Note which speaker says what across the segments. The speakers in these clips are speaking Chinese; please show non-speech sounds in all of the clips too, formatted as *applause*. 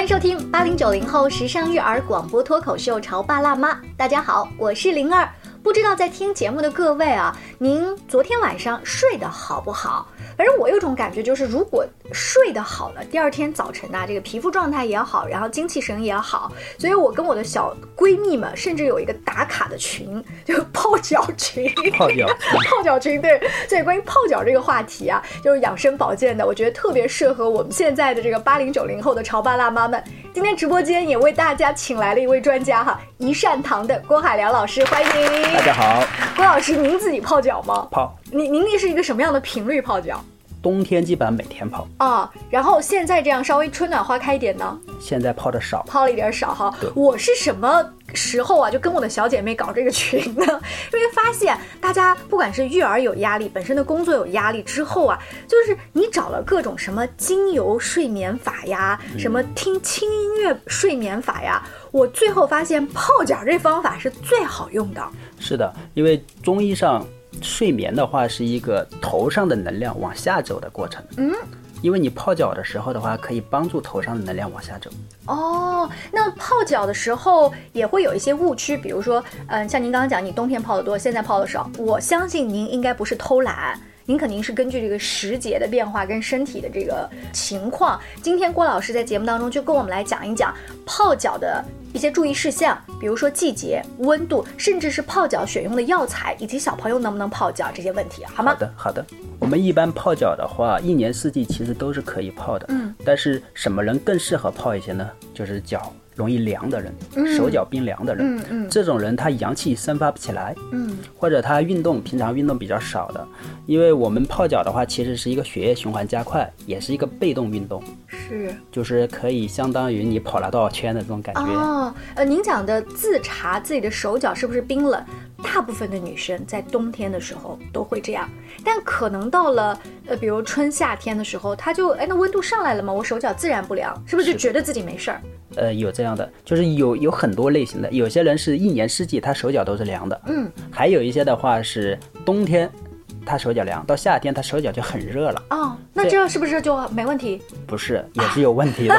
Speaker 1: 迎收听八零九零后时尚育儿广播脱口秀《潮爸辣妈》。大家好，我是灵儿。不知道在听节目的各位啊，您昨天晚上睡得好不好？反正我有种感觉，就是如果睡得好了，第二天早晨啊，这个皮肤状态也好，然后精气神也好，所以我跟我的小闺蜜们，甚至有一个打卡的群，就是泡脚群。
Speaker 2: 泡脚，
Speaker 1: 泡脚群对，所以关于泡脚这个话题啊，就是养生保健的，我觉得特别适合我们现在的这个八零九零后的潮爸辣妈们。今天直播间也为大家请来了一位专家哈，一善堂的郭海良老师，欢迎
Speaker 2: 大。家好，
Speaker 1: 郭老师，您自己泡脚吗？
Speaker 2: 泡，
Speaker 1: 您您那是一个什么样的频率泡脚
Speaker 2: 冬天基本上每天泡，
Speaker 1: 啊？然后现在这样稍微春暖花开一点呢，
Speaker 2: 现在泡的少，
Speaker 1: 泡了一点少哈
Speaker 2: 对。
Speaker 1: 我是什么时候啊，就跟我的小姐妹搞这个群呢？ *laughs* 因为发现大家不管是育儿有压力，本身的工作有压力之后啊，就是你找了各种什么精油睡眠法呀，
Speaker 2: 嗯
Speaker 1: 什么听轻音乐睡眠法呀，我最后发现泡脚这方法是最好用的。
Speaker 2: 是的，因为中医上睡眠的话是一个头上的能量往下走的过程，嗯，因为你泡脚的时候的话，可以帮助头上的能量往下走，
Speaker 1: 哦，那泡脚的时候也会有一些误区，比如说，嗯、像您刚刚讲，你冬天泡的多，现在泡的少。我相信您应该不是偷懒，您肯定是根据这个时节的变化跟身体的这个情况。今天郭老师在节目当中就跟我们来讲一讲泡脚的一些注意事项，比如说季节、温度，甚至是泡脚选用的药材，以及小朋友能不能泡脚这些问题，好吗
Speaker 2: 好？的，好的。我们一般泡脚的话，一年四季其实都是可以泡的。
Speaker 1: 嗯，
Speaker 2: 但是什么人更适合泡一些呢？就是脚容易凉的人，手脚冰凉的人。
Speaker 1: 嗯嗯
Speaker 2: 这种人他阳气散发不起来，
Speaker 1: 嗯，
Speaker 2: 或者他运动平常运动比较少的，因为我们泡脚的话，其实是一个血液循环加快，也是一个被动运动，
Speaker 1: 是。
Speaker 2: 就是可以相当于你跑了多少圈的这种感觉。
Speaker 1: 哦，呃，您讲的自查自己的手脚是不是冰冷，大部分的女生在冬天的时候都会这样，但可能到了呃，比如春夏天的时候，她就哎，那温度上来了嘛，我手脚自然不凉，是不是就觉得自己没事儿？
Speaker 2: 呃，有这样的，就是有有很多类型的，有些人是一年四季他手脚都是凉的，
Speaker 1: 嗯，
Speaker 2: 还有一些的话是冬天他手脚凉，到夏天他手脚就很热了，
Speaker 1: 哦，那
Speaker 2: 对
Speaker 1: 这是不是就没问题？
Speaker 2: 不是也是有问
Speaker 1: *laughs*
Speaker 2: 题的，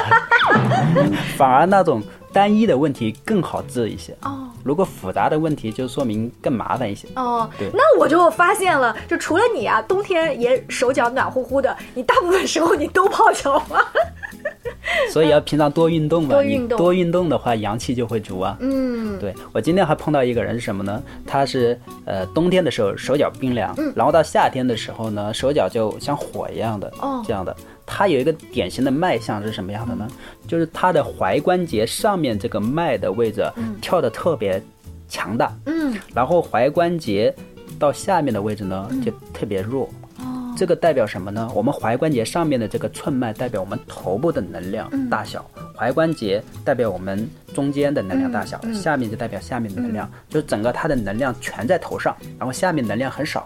Speaker 2: 反而那种单一的问题更好治一些。
Speaker 1: 哦。
Speaker 2: 如果复杂的问题，就说明更麻烦一些。
Speaker 1: 哦
Speaker 2: 对，
Speaker 1: 那我就发现了，就除了你啊，冬天也手脚暖乎乎的，你大部分时候你都泡脚吗？
Speaker 2: 所以要平常多运动吧，
Speaker 1: 多
Speaker 2: 你
Speaker 1: 运动
Speaker 2: 多运动的话，阳气就会足啊。
Speaker 1: 嗯，
Speaker 2: 对我今天还碰到一个人是什么呢？他是呃冬天的时候手脚冰凉，
Speaker 1: 嗯
Speaker 2: 然后到夏天的时候呢，手脚就像火一样的，
Speaker 1: 哦
Speaker 2: 这样的。他有一个典型的脉象是什么样的呢？
Speaker 1: 嗯
Speaker 2: 就是他的踝关节上面这个脉的位置跳得特别强大，
Speaker 1: 嗯，
Speaker 2: 然后踝关节到下面的位置呢就特别弱。
Speaker 1: 嗯哦，
Speaker 2: 这个代表什么呢？我们踝关节上面的这个寸脉代表我们头部的能量
Speaker 1: 嗯
Speaker 2: 大小，踝关节代表我们中间的能量大
Speaker 1: 嗯
Speaker 2: 小，下面就代表下面的能量，就整个它的能量全在头上，然后下面能量很少。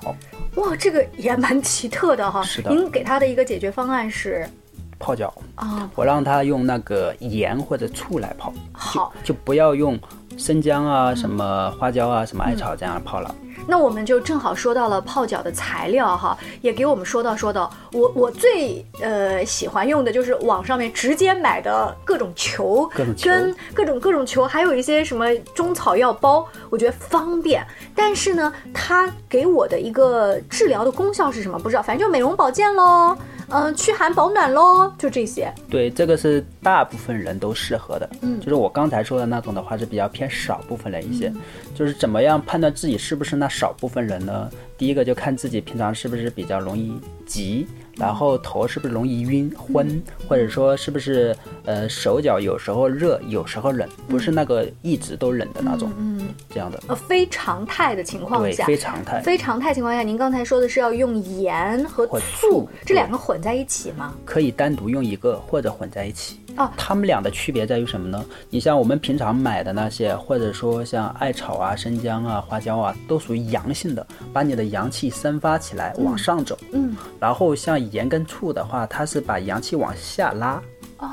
Speaker 1: 哇，这个也蛮奇特的哈。
Speaker 2: 是的
Speaker 1: 您给他的一个解决方案是
Speaker 2: 泡脚，
Speaker 1: 啊、
Speaker 2: 我让他用那个盐或者醋来泡，
Speaker 1: 好，嗯
Speaker 2: 就不要用生姜啊、什么花椒啊、什么艾草这样泡了。
Speaker 1: 那我们就正好说到了泡脚的材料哈，也给我们说到说到我我最呃喜欢用的就是网上面直接买的各种球，
Speaker 2: 各种球
Speaker 1: 跟各种各种球，还有一些什么中草药包，我觉得方便。但是呢，它给我的一个治疗的功效是什么不知道，反正就美容保健喽，嗯、驱寒保暖喽，就这些。
Speaker 2: 对，这个是大部分人都适合的。
Speaker 1: 嗯
Speaker 2: 就是我刚才说的那种的话，是比较偏少部分人一些。就是怎么样判断自己是不是那少部分人呢？第一个就看自己平常是不是比较容易急，然后头是不是容易晕昏，或者说是不是呃手脚有时候热，有时候冷，不是那个一直都冷的那种。嗯，这样的。
Speaker 1: 呃，非常态的情况
Speaker 2: 对，
Speaker 1: 下，
Speaker 2: 非常态，
Speaker 1: 非常态情况下，您刚才说的是要用盐和
Speaker 2: 或
Speaker 1: 醋
Speaker 2: 醋
Speaker 1: 这两个混在一起吗？
Speaker 2: 可以单独用一个或者混在一起。
Speaker 1: 哦
Speaker 2: 它们俩的区别在于什么呢？你像我们平常买的那些，或者说像艾草啊、生姜啊、花椒啊，都属于阳性的，把你的阳气生发起来，往上走。
Speaker 1: 嗯，
Speaker 2: 然后像盐跟醋的话，它是把阳气往下拉。
Speaker 1: 哦，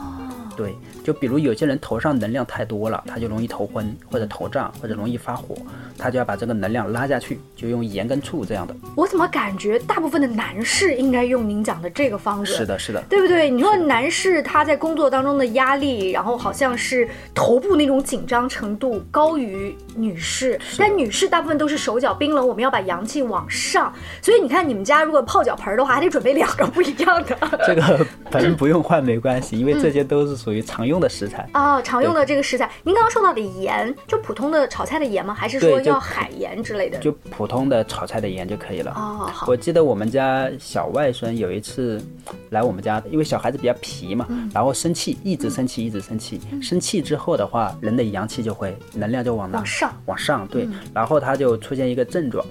Speaker 2: 对，就比如有些人头上能量太多了，他就容易头昏或者头胀或者容易发火。他就要把这个能量拉下去，就用盐跟醋这样的。
Speaker 1: 我怎么感觉大部分的男士应该用您讲的这个方子？
Speaker 2: 是的，是的，
Speaker 1: 对不对？你说男士他在工作当中的压力，然后好像是头部那种紧张程度高于女士，但女士大部分都是手脚冰冷，我们要把阳气往上。所以你看，你们家如果泡脚盆儿的话，还得准备两个不一样的 *laughs*
Speaker 2: 这个盆不用换没关系，因为这些都是属于常用的食材。
Speaker 1: 啊，常用的这个食材。您刚刚说到的盐，就普通的炒菜的盐吗？还是
Speaker 2: 对
Speaker 1: 说
Speaker 2: 就
Speaker 1: 要海盐之类的？
Speaker 2: 就普通的炒菜的盐就可以了。
Speaker 1: 嗯哦，好，
Speaker 2: 我记得我们家小外孙有一次来我们家，因为小孩子比较皮嘛，
Speaker 1: 嗯
Speaker 2: 然后生气，一直生气，一直生气。生气之后的话，人的阳气就会能量就往哪
Speaker 1: 往上嗯
Speaker 2: 往上，对。然后他就出现一个症状，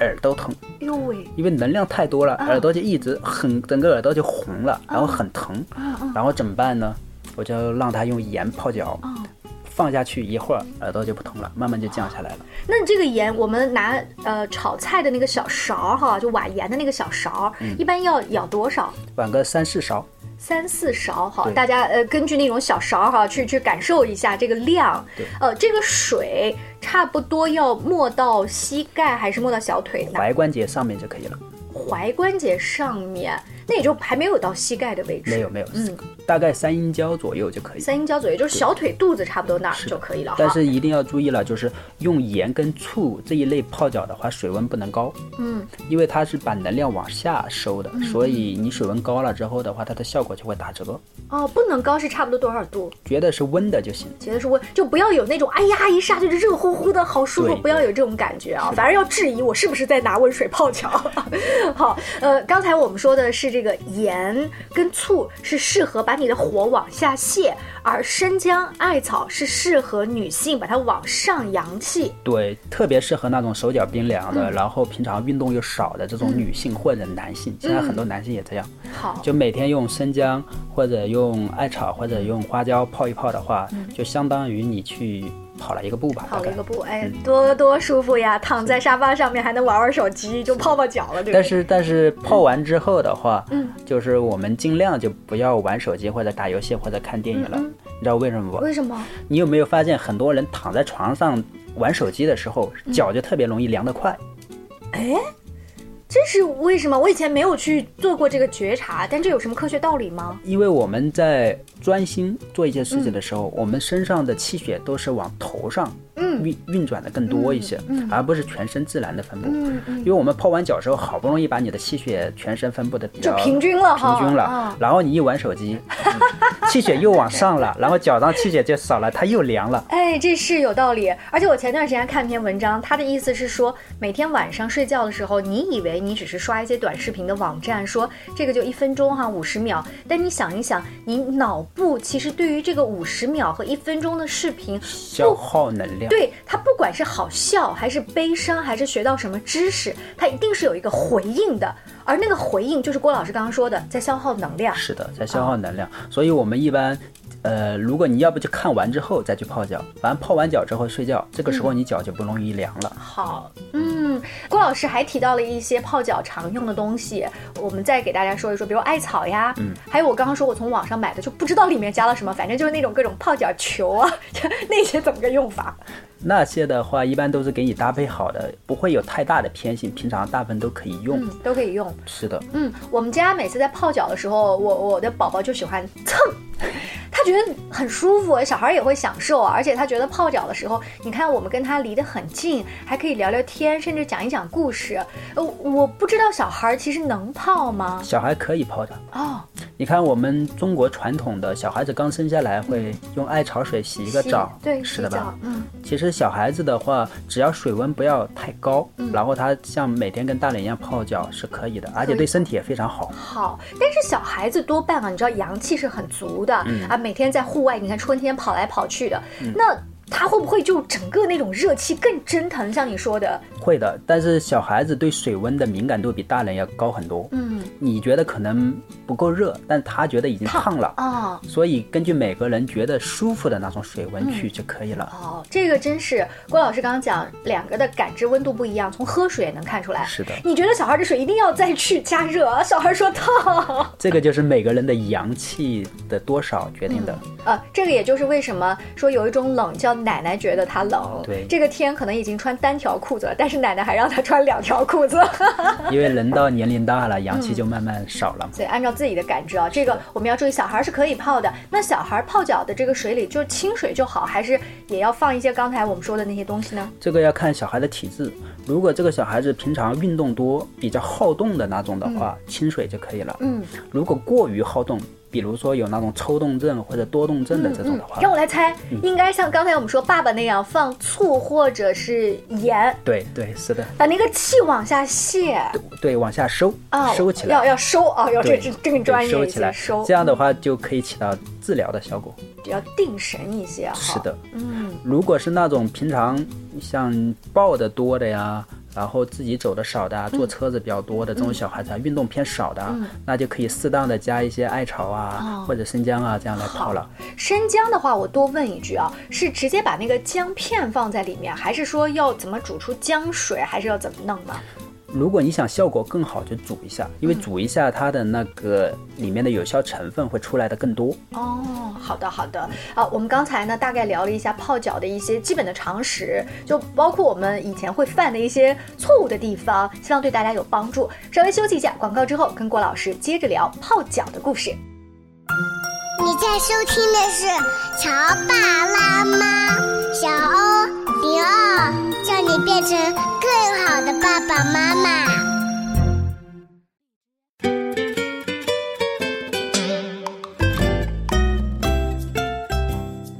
Speaker 2: 耳朵疼，
Speaker 1: 哎呦喂，
Speaker 2: 因为能量太多了，
Speaker 1: 啊
Speaker 2: 耳朵就一直很，整个耳朵就红了，然后很疼。
Speaker 1: 啊嗯
Speaker 2: 然后怎么办呢？我就让他用盐泡脚，
Speaker 1: 哦
Speaker 2: 放下去一会儿，耳朵就不疼了，慢慢就降下来了。
Speaker 1: 那这个盐，我们拿呃炒菜的那个小勺儿哈，就挖盐的那个小勺儿，
Speaker 2: 嗯
Speaker 1: 一般要舀多少？
Speaker 2: 碗个三四勺。
Speaker 1: 三四勺哈，
Speaker 2: 对
Speaker 1: 大家呃根据那种小勺哈去去感受一下这个量
Speaker 2: 对，
Speaker 1: 呃这个水差不多要没到膝盖还是没到小腿哪
Speaker 2: 踝关节上面就可以了，
Speaker 1: 踝关节上面，那也就还没有到膝盖的位置，
Speaker 2: 没有没有，
Speaker 1: 嗯，
Speaker 2: 大概三阴交左右就可以。
Speaker 1: 三阴交左右就是小腿肚子差不多那儿就可以了
Speaker 2: 但
Speaker 1: 哈。
Speaker 2: 是一定要注意了，就是用盐跟醋这一类泡脚的话，水温不能高，
Speaker 1: 嗯，
Speaker 2: 因为它是把能量往下收的，所以你水温高了之后的话，它的效果就会打折。
Speaker 1: 哦，不能高是差不多多少度？
Speaker 2: 觉得是温的就行。
Speaker 1: 觉得是温，就不要有那种哎呀一下就是热乎乎的好舒服，
Speaker 2: 对
Speaker 1: 不要有这种感觉啊，
Speaker 2: 是的
Speaker 1: 反而要质疑我是不是在拿温水泡脚。啊 *laughs* 好，呃，刚才我们说的是这个盐跟醋是适合把你的火往下泄，而生姜、艾草是适合女性把它往上扬气。
Speaker 2: 对，特别适合那种手脚冰凉
Speaker 1: 嗯
Speaker 2: 的，然后平常运动又少的这种女性或者男性。现在很
Speaker 1: 嗯
Speaker 2: 多男性也这样，
Speaker 1: 好，
Speaker 2: 就每天用生姜或者用艾草或者用花椒泡一泡的话，就相当于你去跑了一个步吧，
Speaker 1: 嗯跑
Speaker 2: 大
Speaker 1: 了
Speaker 2: 概
Speaker 1: 一。个步，哎，
Speaker 2: 嗯
Speaker 1: 多多舒服呀！躺在沙发上面还能玩玩手机，就泡泡脚了，对不对？
Speaker 2: 但是但是
Speaker 1: 嗯
Speaker 2: 泡完之后的话，嗯，就是我们尽量就不要玩手机或者打游戏或者看电影了。
Speaker 1: 嗯
Speaker 2: 你知道为什么不？
Speaker 1: 为什么？
Speaker 2: 你有没有发现很多人躺在床上玩手机的时候，
Speaker 1: 嗯
Speaker 2: 脚就特别容易凉得快？
Speaker 1: 哎这是为什么？我以前没有去做过这个觉察，但这有什么科学道理吗？
Speaker 2: 因为我们在专心做一件事情的时候，
Speaker 1: 嗯
Speaker 2: 我们身上的气血都是往头上运、运转的更多一些，而不是全身自然的分布。
Speaker 1: 嗯嗯。
Speaker 2: 因为我们泡完脚之后，好不容易把你的气血全身分布的比
Speaker 1: 就
Speaker 2: 较
Speaker 1: 平均了哈，
Speaker 2: 平均了，
Speaker 1: 啊
Speaker 2: 然后你一玩
Speaker 1: *laughs*
Speaker 2: 手机，气血又往上了，然后脚上气血就少了，它又
Speaker 1: *laughs*
Speaker 2: 凉了。
Speaker 1: 哎，这是有道理。而且我前段时间看篇文章，他的意思是说，每天晚上睡觉的时候，你以为你只是刷一些短视频的网站，说这个就一分钟哈、5五十秒，但你想一想，你脑部其实对于这个五十秒和一分钟的视频，
Speaker 2: 消耗能量，
Speaker 1: 对它不管是好笑还是悲伤，还是学到什么知识，它一定是有一个回应的，而那个回应就是郭老师刚刚说的，在消耗能量。
Speaker 2: 是的，在消耗能量。所以我们一般，呃，如果你要不就看完之后再去泡脚，反正泡完脚之后睡觉，这个时候
Speaker 1: 嗯
Speaker 2: 你脚就不容易凉了。
Speaker 1: 好，嗯，郭老师还提到了一些泡脚常用的东西，我们再给大家说一说，比如艾草呀，嗯，还有我刚刚说我从网上买的，就不知道里面加了什么，反正就是那种各种泡脚球啊， *laughs* 那些怎么个用法？
Speaker 2: 那些的话，一般都是给你搭配好的，不会有太大的偏性，平常大部分都可以用。
Speaker 1: 嗯，都可以用。
Speaker 2: 是的，
Speaker 1: 嗯，我们家每次在泡脚的时候，我我的宝宝就喜欢蹭， *laughs* 他觉得很舒服，小孩也会享受，啊而且他觉得泡脚的时候，你看我们跟他离得很近，还可以聊聊天，甚至讲一讲故事。呃，我不知道小孩其实能泡吗？
Speaker 2: 小孩可以泡的。
Speaker 1: 哦，
Speaker 2: 你看，我们中国传统的小孩子刚生下来会用艾草水洗一个
Speaker 1: 洗
Speaker 2: 澡，
Speaker 1: 对，
Speaker 2: 是的
Speaker 1: 洗
Speaker 2: 吧
Speaker 1: 澡？？嗯，
Speaker 2: 其实小孩子的话，只要水温不要太高，
Speaker 1: 嗯
Speaker 2: 然后他像每天跟大人一样泡脚是可以的，而且对身体也非常好。
Speaker 1: 好。但是小孩子多半啊，你知道阳气是很足的、
Speaker 2: 嗯
Speaker 1: 啊，每天在户外，你看春天跑来跑去的，那他会不会就整个那种热气更蒸腾？像你说的，
Speaker 2: 会的，但是小孩子对水温的敏感度比大人要高很多。
Speaker 1: 嗯，
Speaker 2: 你觉得可能不够热，但他觉得已经烫了，
Speaker 1: 啊、
Speaker 2: 所以根据每个人觉得舒服的那种水温去就可以了。
Speaker 1: 哦，这个真是郭老师刚刚讲，两个的感知温度不一样，从喝水也能看出来。
Speaker 2: 是的
Speaker 1: 你觉得小孩的水一定要再去加热啊？小孩说烫。
Speaker 2: 这个就是每个人的阳气的多少决定的。
Speaker 1: 呃，这个也就是为什么说有一种冷叫奶奶觉得它冷。
Speaker 2: 对
Speaker 1: 这个天可能已经穿单条裤子了，但是奶奶还让他穿两条裤子。 *laughs*
Speaker 2: 因为人到年龄大了，阳气就慢慢少了嘛。
Speaker 1: 所以按照自己的感知啊，这个我们要注意，小孩是可以泡的。那小孩泡脚的这个水里就是清水就好，还是也要放一些刚才我们说的那些东西呢？
Speaker 2: 这个要看小孩的体质，如果这个小孩子平常运动多、比较好动的那种的话，清水就可以了。
Speaker 1: 嗯，
Speaker 2: 如果过于好动，比如说有那种抽动症或者多动症的这种的话，
Speaker 1: 嗯让我来猜，
Speaker 2: 嗯
Speaker 1: 应该像刚才我们说爸爸那样放醋或者是盐，
Speaker 2: 对对是的，
Speaker 1: 把那个气往下泄
Speaker 2: 对往下收、
Speaker 1: 啊，
Speaker 2: 收起
Speaker 1: 要
Speaker 2: 来，
Speaker 1: 要收啊，要这
Speaker 2: 对
Speaker 1: 这这个专
Speaker 2: 对收
Speaker 1: 业一
Speaker 2: 起
Speaker 1: 些，
Speaker 2: 来，
Speaker 1: 收嗯
Speaker 2: 这样的话就可以起到治疗的效果。
Speaker 1: 比较定神一些哈。
Speaker 2: 是，的，
Speaker 1: 嗯
Speaker 2: 如果是那种平常像抱的多的呀，然后自己走的少的啊，
Speaker 1: 嗯
Speaker 2: 坐车子比较多的这种小孩子啊，运动偏少的啊，那就可以适当的加一些艾草啊、
Speaker 1: 哦
Speaker 2: 或者生姜啊这样来泡了。
Speaker 1: 生姜的话，我多问一句啊，是直接把那个姜片放在里面，还是说要怎么煮出姜水，还是要怎么弄呢？
Speaker 2: 如果你想效果更好，就煮一下，
Speaker 1: 嗯
Speaker 2: 因为煮一下它的那个里面的有效成分会出来的更多。
Speaker 1: 哦，好的好的啊，我们刚才呢大概聊了一下泡脚的一些基本的常识，就包括我们以前会犯的一些错误的地方，希望对大家有帮助。稍微休息一下，广告之后跟郭老师接着聊泡脚的故事。
Speaker 3: 你在收听的是《潮爸辣妈》，小欧零二，叫你变成更好的爸爸妈妈。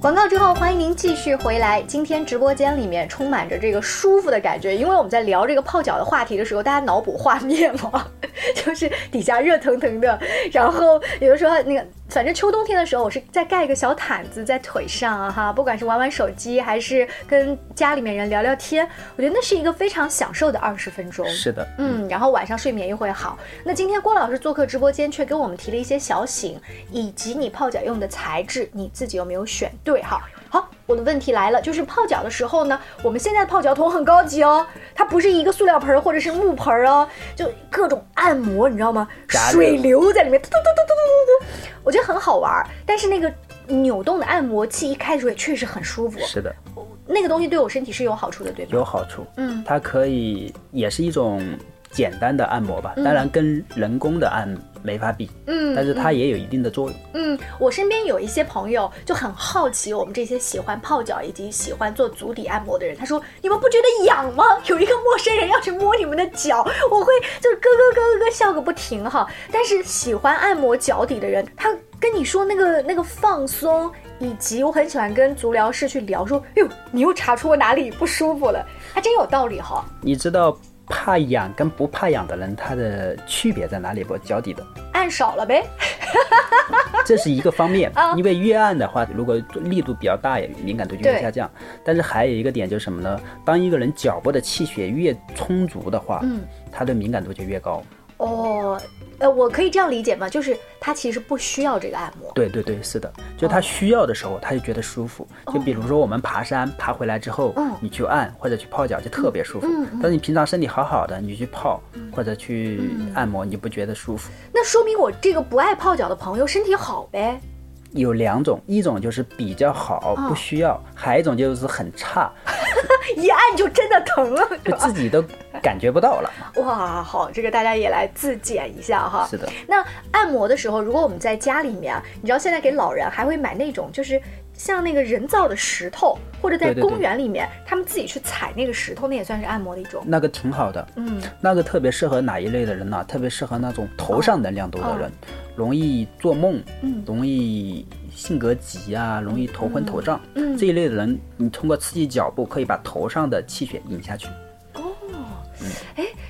Speaker 1: 广告之后，欢迎您继续回来。今天直播间里面充满着这个舒服的感觉，因为我们在聊这个泡脚的话题的时候，大家脑补画面嘛， *laughs* 就是底下热腾腾的，然后有的时候那个，反正秋冬天的时候，我是再盖一个小毯子在腿上啊哈，不管是玩玩手机，还是跟家里面人聊聊天，我觉得那是一个非常享受的二十分钟。
Speaker 2: 是的，
Speaker 1: 嗯，然后晚上睡眠又会好。那今天郭老师做客直播间，却跟我们提了一些小醒，以及你泡脚用的材质，你自己有没有选对哈？好，我的问题来了，就是泡脚的时候呢，我们现在的泡脚桶很高级哦，它不是一个塑料盆儿或者是木盆儿哦，就各种按摩，你知道吗？
Speaker 2: 加热
Speaker 1: 水流在里面，嘟嘟嘟嘟嘟嘟嘟嘟，我觉得很好玩儿。但是那个扭动的按摩器一开始也确实很舒服，
Speaker 2: 是的，
Speaker 1: 那个东西对我身体是有好处的，对吧？
Speaker 2: 有好处。
Speaker 1: 嗯
Speaker 2: 它可以也是一种简单的按摩吧，当然跟人工的按没法比，
Speaker 1: 嗯，
Speaker 2: 但是它也有一定的作用。
Speaker 1: 嗯，我身边有一些朋友就很好奇我们这些喜欢泡脚以及喜欢做足底按摩的人，他说：“你们不觉得痒吗？有一个陌生人要去摸你们的脚，我会就是咯咯咯咯咯笑个不停哈。”但是喜欢按摩脚底的人，他跟你说那个那个放松，以及我很喜欢跟足疗师去聊说：“哎呦，你又查出我哪里不舒服了。”还真有道理哈。
Speaker 2: 你知道怕痒跟不怕痒的人他的区别在哪里不？脚
Speaker 1: *laughs*
Speaker 2: 底的，
Speaker 1: 按少了呗，
Speaker 2: 这是一个方面
Speaker 1: 啊。
Speaker 2: 因为越按的话，如果力度比较大，也敏感度就
Speaker 1: 对
Speaker 2: 会下降。但是还有一个点就是什么呢？当一个人脚部的气血越充足的话，
Speaker 1: 嗯，
Speaker 2: 他的敏感度就越高。
Speaker 1: 哦，呃，我可以这样理解吗？就是他其实不需要这个按摩。
Speaker 2: 对对对，是的，就
Speaker 1: 哦
Speaker 2: 他需要的时候，他就觉得舒服。就比如说我们爬山，爬回来之后
Speaker 1: 嗯，
Speaker 2: 你去按或者去泡脚，就特别舒服
Speaker 1: 嗯嗯。嗯
Speaker 2: 但你平常身体好好的，你去泡或者去按摩，你就不觉得舒服。
Speaker 1: 那说明我这个不爱泡脚的朋友身体好呗。
Speaker 2: 有两种，一种就是比较好，
Speaker 1: 哦
Speaker 2: 不需要；还有一种就是很
Speaker 1: *laughs*
Speaker 2: 差，
Speaker 1: 一按就真的疼了，
Speaker 2: *laughs*
Speaker 1: 是
Speaker 2: 就
Speaker 1: 吧？
Speaker 2: 自己都感觉不到了。
Speaker 1: 哇，好，这个大家也来自检一下哈。
Speaker 2: 是的，
Speaker 1: 那按摩的时候，如果我们在家里面啊，你知道现在给老人还会买那种就是像那个人造的石头，或者在
Speaker 2: 对对对
Speaker 1: 公园里面他们自己去踩那个石头，那也算是按摩的一种。
Speaker 2: 那个挺好的，
Speaker 1: 嗯，
Speaker 2: 那个特别适合哪一类的人呢、特别适合那种头上能量多的人，容易做梦，
Speaker 1: 哦嗯
Speaker 2: 容易性格急啊，容易头昏头胀，
Speaker 1: 嗯
Speaker 2: 这一类的人，你通过刺激脚部，可以把头上的气血引下去。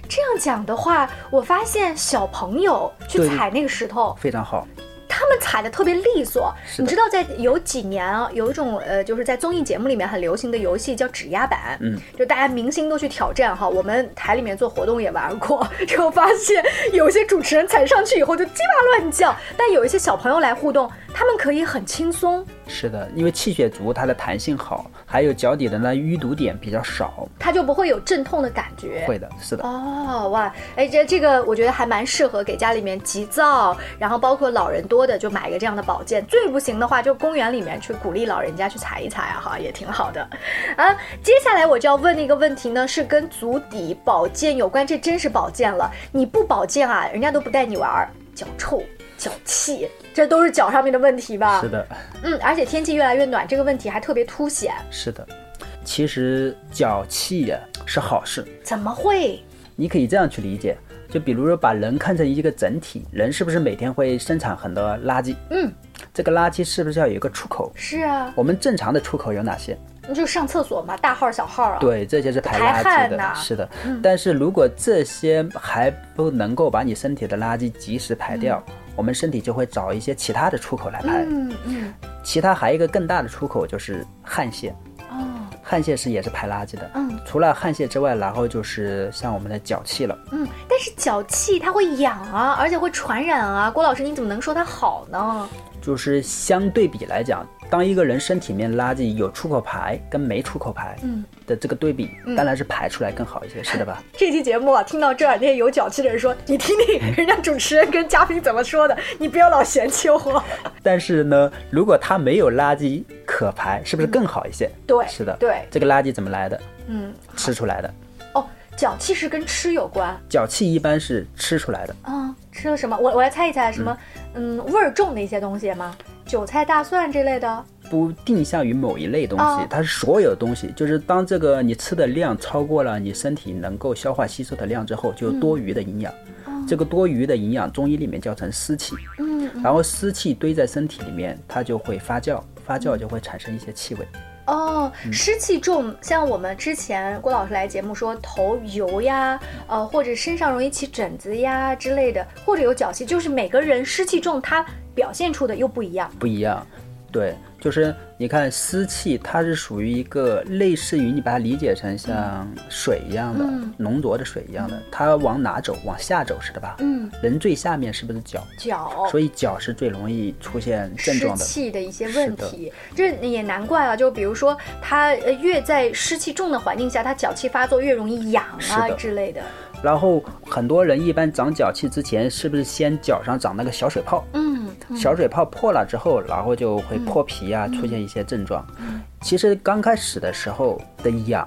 Speaker 1: 这样讲的话，我发现小朋友去
Speaker 2: 对
Speaker 1: 踩那个石头，
Speaker 2: 非常好，
Speaker 1: 他他们踩的特别利索。
Speaker 2: 是的
Speaker 1: 你知道，在有几年啊，有一种呃，就是在综艺节目里面很流行的游戏叫指压板，
Speaker 2: 嗯，
Speaker 1: 就大家明星都去挑战哈。我们台里面做活动也玩过， *laughs* 就发现有些主持人踩上去以后就鸡巴乱叫，但有一些小朋友来互动，他们可以很轻松。
Speaker 2: 是的，因为气血足，它的弹性好，还有脚底的那淤堵点比较少，
Speaker 1: 他就不会有阵痛的感觉。
Speaker 2: 会的，是的。
Speaker 1: 哦，哇，哎，这这个我觉得还蛮适合给家里面急躁，然后包括老人多的就买一个这样的宝剑。最不行的话，就公园里面去鼓励老人家去踩一踩啊，哈，也挺好的。啊，接下来我就要问的一个问题呢，是跟足底保健有关，这真是保健了。你不保健啊，人家都不带你玩儿，脚臭、脚气，这都是脚上面的问题吧？
Speaker 2: 是的，
Speaker 1: 嗯，而且天气越来越暖，这个问题还特别凸显。
Speaker 2: 是的。其实脚气呀是好事，
Speaker 1: 怎么会？
Speaker 2: 你可以这样去理解，就比如说把人看成一个整体，人是不是每天会生产很多垃圾？
Speaker 1: 嗯，
Speaker 2: 这个垃圾是不是要有一个出口？
Speaker 1: 是啊，
Speaker 2: 我们正常的出口有哪些？
Speaker 1: 那就上厕所嘛，大号小号啊。
Speaker 2: 对，这些是排垃
Speaker 1: 排
Speaker 2: 圾
Speaker 1: 汗
Speaker 2: 的，
Speaker 1: 呐嗯
Speaker 2: 是的。但是如果这些还不能够把你身体的垃圾及时排掉，我们身体就会找一些其他的出口来排。
Speaker 1: 嗯嗯
Speaker 2: 其他还有一个更大的出口就是汗腺，
Speaker 1: 哦
Speaker 2: 汗腺是也是排垃圾的。
Speaker 1: 嗯
Speaker 2: 除了汗腺之外，然后就是像我们的脚气了。
Speaker 1: 嗯，但是脚气它会痒啊，而且会传染啊。郭老师，你怎么能说它好呢？
Speaker 2: 就是相对比来讲，当一个人身体里面垃圾有出口排跟没出口排
Speaker 1: 嗯
Speaker 2: 的这个对比，当然是排出来更好一些，是的吧？ *laughs*
Speaker 1: 这期节目啊，听到这儿，那些有脚气的人说：“你听听人家主持人跟嘉宾怎么说 *laughs* 的，你不要老嫌弃我。
Speaker 2: 但是呢，如果它没有垃圾可排，是不
Speaker 1: 嗯
Speaker 2: 是更好一些？”
Speaker 1: 对，
Speaker 2: 是的，
Speaker 1: 对，
Speaker 2: 这个垃圾怎么来的？
Speaker 1: 嗯，
Speaker 2: 吃出来的。
Speaker 1: 哦，脚气是跟吃有关
Speaker 2: 脚气一般是吃出来的，
Speaker 1: 啊、吃了什么？我我来猜一猜，什么？嗯，味儿重的一些东西吗？韭菜、大蒜这类的？
Speaker 2: 不定向于某一类东西
Speaker 1: 哦，
Speaker 2: 它是所有东西。就是当这个你吃的量超过了你身体能够消化吸收的量之后，就有多余的营养。这个多余的营养，中医里面叫成湿气。
Speaker 1: 嗯，哦嗯
Speaker 2: 然后湿气堆在身体里面，它就会发酵，发
Speaker 1: 嗯
Speaker 2: 酵就会产生一些气味。
Speaker 1: 哦，
Speaker 2: 嗯
Speaker 1: 湿气重，像我们之前郭老师来节目说头油呀，呃，或者身上容易起疹子呀之类的，或者有脚气，就是每个人湿气重，它表现出的又不一样。
Speaker 2: 不一样。对，就是你看湿气，它是属于一个类似于你把它理解成像水一样的、
Speaker 1: 嗯
Speaker 2: 浓浊的水一样的，它往哪走？往下走是的吧？
Speaker 1: 嗯，
Speaker 2: 人最下面是不是脚？
Speaker 1: 脚
Speaker 2: 所以脚是最容易出现症
Speaker 1: 湿
Speaker 2: 状的。
Speaker 1: 哦气的一些
Speaker 2: 是
Speaker 1: 问
Speaker 2: 的
Speaker 1: 题，这也难怪啊。就比如说，他呃越在湿气重的环境下，他脚气发作越容易痒
Speaker 2: 是
Speaker 1: 啊
Speaker 2: 的
Speaker 1: 之类的。
Speaker 2: 然后很多人一般长脚气之前，是不是先脚上长那个小水泡？
Speaker 1: 嗯，嗯
Speaker 2: 小水泡破了之后，然后就会破皮啊，出现一些症状。
Speaker 1: 嗯
Speaker 2: 其实刚开始的时候的痒，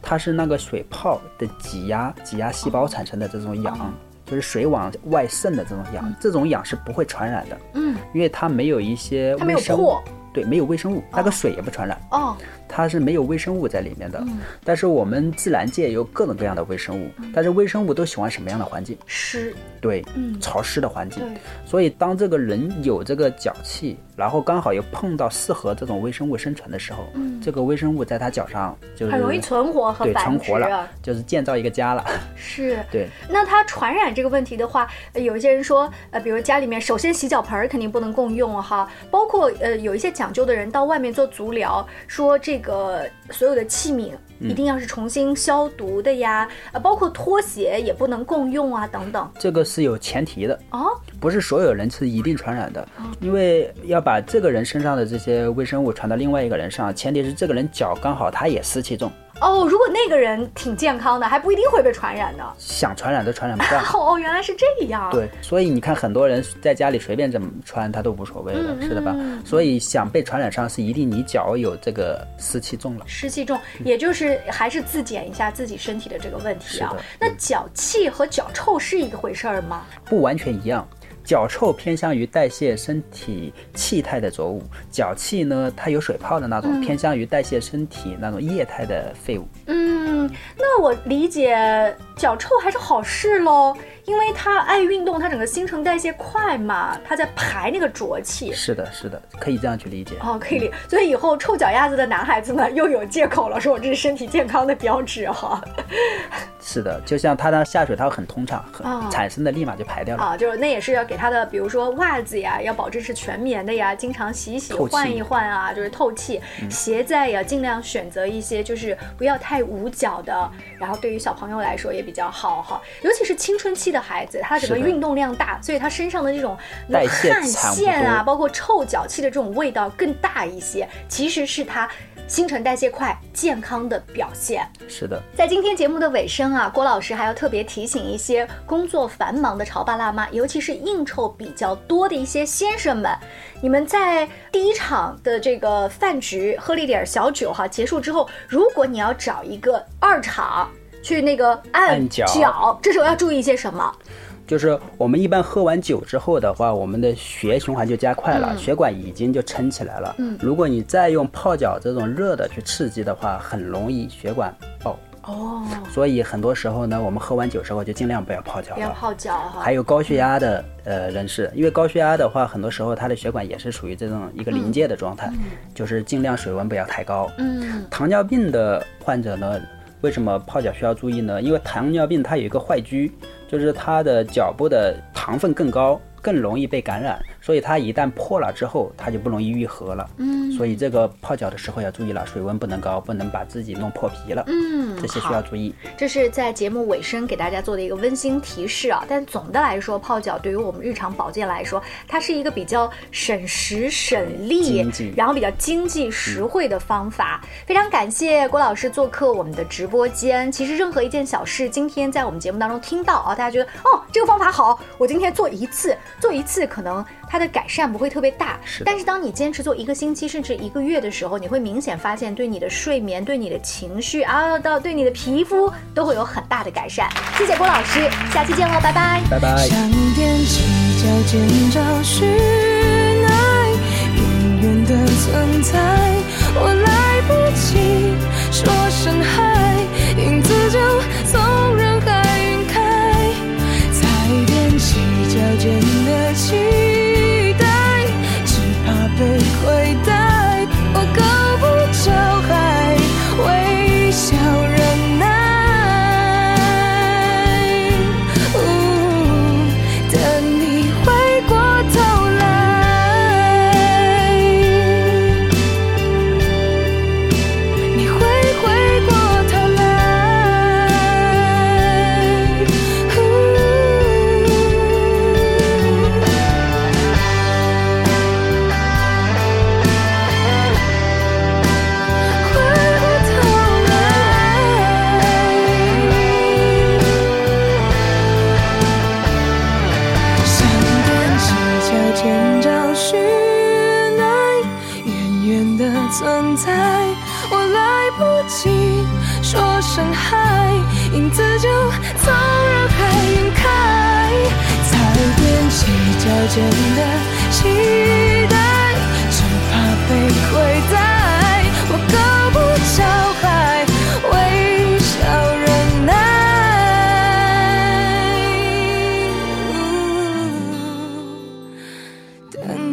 Speaker 2: 它是那个水泡的挤压挤压细胞产生的这种
Speaker 1: 哦
Speaker 2: 痒，就是水往外渗的这种痒。这种痒是不会传染的，
Speaker 1: 嗯，
Speaker 2: 因为它没有一些
Speaker 1: 它没
Speaker 2: 呃微
Speaker 1: 有
Speaker 2: 生物
Speaker 1: 破，
Speaker 2: 对，没有微生物，那个水也不传染，
Speaker 1: 哦，
Speaker 2: 它是没有微生物在里面的。
Speaker 1: 嗯
Speaker 2: 但是我们自然界有各种各样的微生物，但是微生物都喜欢什么样的环境？
Speaker 1: 湿，
Speaker 2: 对，
Speaker 1: 嗯
Speaker 2: 潮湿的环境
Speaker 1: 对。
Speaker 2: 所以当这个人有这个脚气，然后刚好又碰到适合这种微生物生存的时候，这个微生物在他脚上就
Speaker 1: 嗯
Speaker 2: 是
Speaker 1: 很容易存活和
Speaker 2: 对
Speaker 1: 繁
Speaker 2: 存
Speaker 1: 殖
Speaker 2: 活了
Speaker 1: 啊，，
Speaker 2: 就是建造一
Speaker 1: *laughs*
Speaker 2: 个家了。
Speaker 1: 是。
Speaker 2: 对，
Speaker 1: 那它传染这个问题的话，呃有一些人说，呃，比如家里面首先洗脚盆儿肯定不能共用哈，包括呃有一些讲究的人到外面做足疗，说这个所有的器皿
Speaker 2: 嗯
Speaker 1: 一定要是重新消毒的呀，呃，包括拖鞋也不能共用啊，等等。
Speaker 2: 这个是有前提的，
Speaker 1: 哦，
Speaker 2: 不是所有人是一定传染的，因为要把这个人身上的这些微生物传到另外一个人上，前提是这个人脚刚好他也湿气重，
Speaker 1: 哦，如果那个人挺健康的，还不一定会被传染的。
Speaker 2: 想传染都传染
Speaker 1: *laughs*
Speaker 2: 不上。
Speaker 1: 哦，原来是这样。，
Speaker 2: 对，所以你看，很多人在家里随便怎么穿，他都无所谓了，
Speaker 1: 嗯
Speaker 2: 是的吧？所以想被传染上，是一定你脚有这个湿气重了。
Speaker 1: 湿气重，也就是还是自检一下自己身体的这个问题啊
Speaker 2: 是的。
Speaker 1: 那脚气和脚臭是一个回事儿吗？
Speaker 2: 不完全一样。脚臭偏向于代谢身体气态的浊物，脚气
Speaker 1: 嗯
Speaker 2: 呢，它有水泡的那种，偏向于代谢身体那种液态的废物。
Speaker 1: 嗯，那那我理解脚臭还是好事喽，因为他爱运动，他整个新陈代谢快嘛，他在排那个浊气。
Speaker 2: 是的，是的，可以这样去理解。
Speaker 1: 哦，可以理，所以以后臭脚丫子的男孩子们又有借口了，说我这是身体健康的标志哈、
Speaker 2: 是的，就像它的下水道很通畅，很、
Speaker 1: 啊
Speaker 2: 产生的立马就排掉了。
Speaker 1: 啊，就是那也是要给他的，比如说袜子呀，要保证是全棉的呀，经常洗一洗、
Speaker 2: 透气嗯
Speaker 1: 换一换啊，就是透气。鞋在也要尽量选择一些就是不要太捂脚的，然后对于小朋友来说也比较好哈，尤其是青春期的孩子，他整个
Speaker 2: 是的
Speaker 1: 运动量大，所以他身上的这种
Speaker 2: 代谢
Speaker 1: 汗
Speaker 2: 产物
Speaker 1: 腺啊，
Speaker 2: 多
Speaker 1: 包括臭脚气的这种味道更大一些，其实是他新陈代谢快、健康的表现。
Speaker 2: 是的，
Speaker 1: 在今天节目的尾声啊，郭老师还要特别提醒一些工作繁忙的潮爸辣妈，尤其是应酬比较多的一些先生们，你们在第一场的这个饭局喝了一点小酒哈，结束之后，如果你要找一个二场去那个按
Speaker 2: 按脚
Speaker 1: 这时候要注意一些什么？
Speaker 2: 就是我们一般喝完酒之后的话，我们的血循环就加快了，血管已经就撑起来了。嗯，如果你再用泡脚这种热的去刺激的话，很容易血管爆。
Speaker 1: 哦，
Speaker 2: 所以很多时候呢，我们喝完酒之后就尽量不要泡脚
Speaker 1: 不要
Speaker 2: 了。
Speaker 1: 泡脚哈。
Speaker 2: 还有高血压的呃人士，因为高血压的话，很多时候它的血管也是处于这种一个临界的状态，就是尽量水温不要太高。
Speaker 1: 嗯，
Speaker 2: 糖尿病的患者呢，为什么泡脚需要注意呢？因为糖尿病它有一个坏疽，就是它的脚部的糖分更高，更容易被感染，所以它一旦破了之后，它就不容易愈合了。嗯，所以这个泡脚的时候要注意了，水温不能高，不能把自己弄破皮了。
Speaker 1: 嗯，
Speaker 2: 这些需
Speaker 1: 好
Speaker 2: 要注意。
Speaker 1: 这是在节目尾声给大家做的一个温馨提示啊。但总的来说，泡脚对于我们日常保健来说，它是一个比较省时省力
Speaker 2: 经济，
Speaker 1: 然后比较经济实惠的方法。非常感谢郭老师做客我们的直播间。其实任何一件小事，今天在我们节目当中听到啊，大家觉得哦这个方法好，我今天做一次，做一次可能它的改善不会特别大，
Speaker 2: 是的
Speaker 1: 但是当你坚持做一个星期甚至一个月的时候，你会明显发现对你的睡眠、对你的情绪啊，到对你的皮肤都会有很大的改善。谢谢郭老师，下期见喽，拜拜。
Speaker 2: 拜拜。
Speaker 4: 想踮起脚尖找寻爱永远的存在，我来不及说声嗨，影子就从人海晕开，才踮起脚尖的期待，只怕被亏待，我够不着还微笑忍耐。呜，嗯等你回过头来，你会回过头来。呜。回过头来，想踮起脚尖找寻爱远远的存在，我来不及说声嗨，影子就从人海晕开，才踮起脚尖的期待，只怕被亏待，我够不着还微笑忍耐。等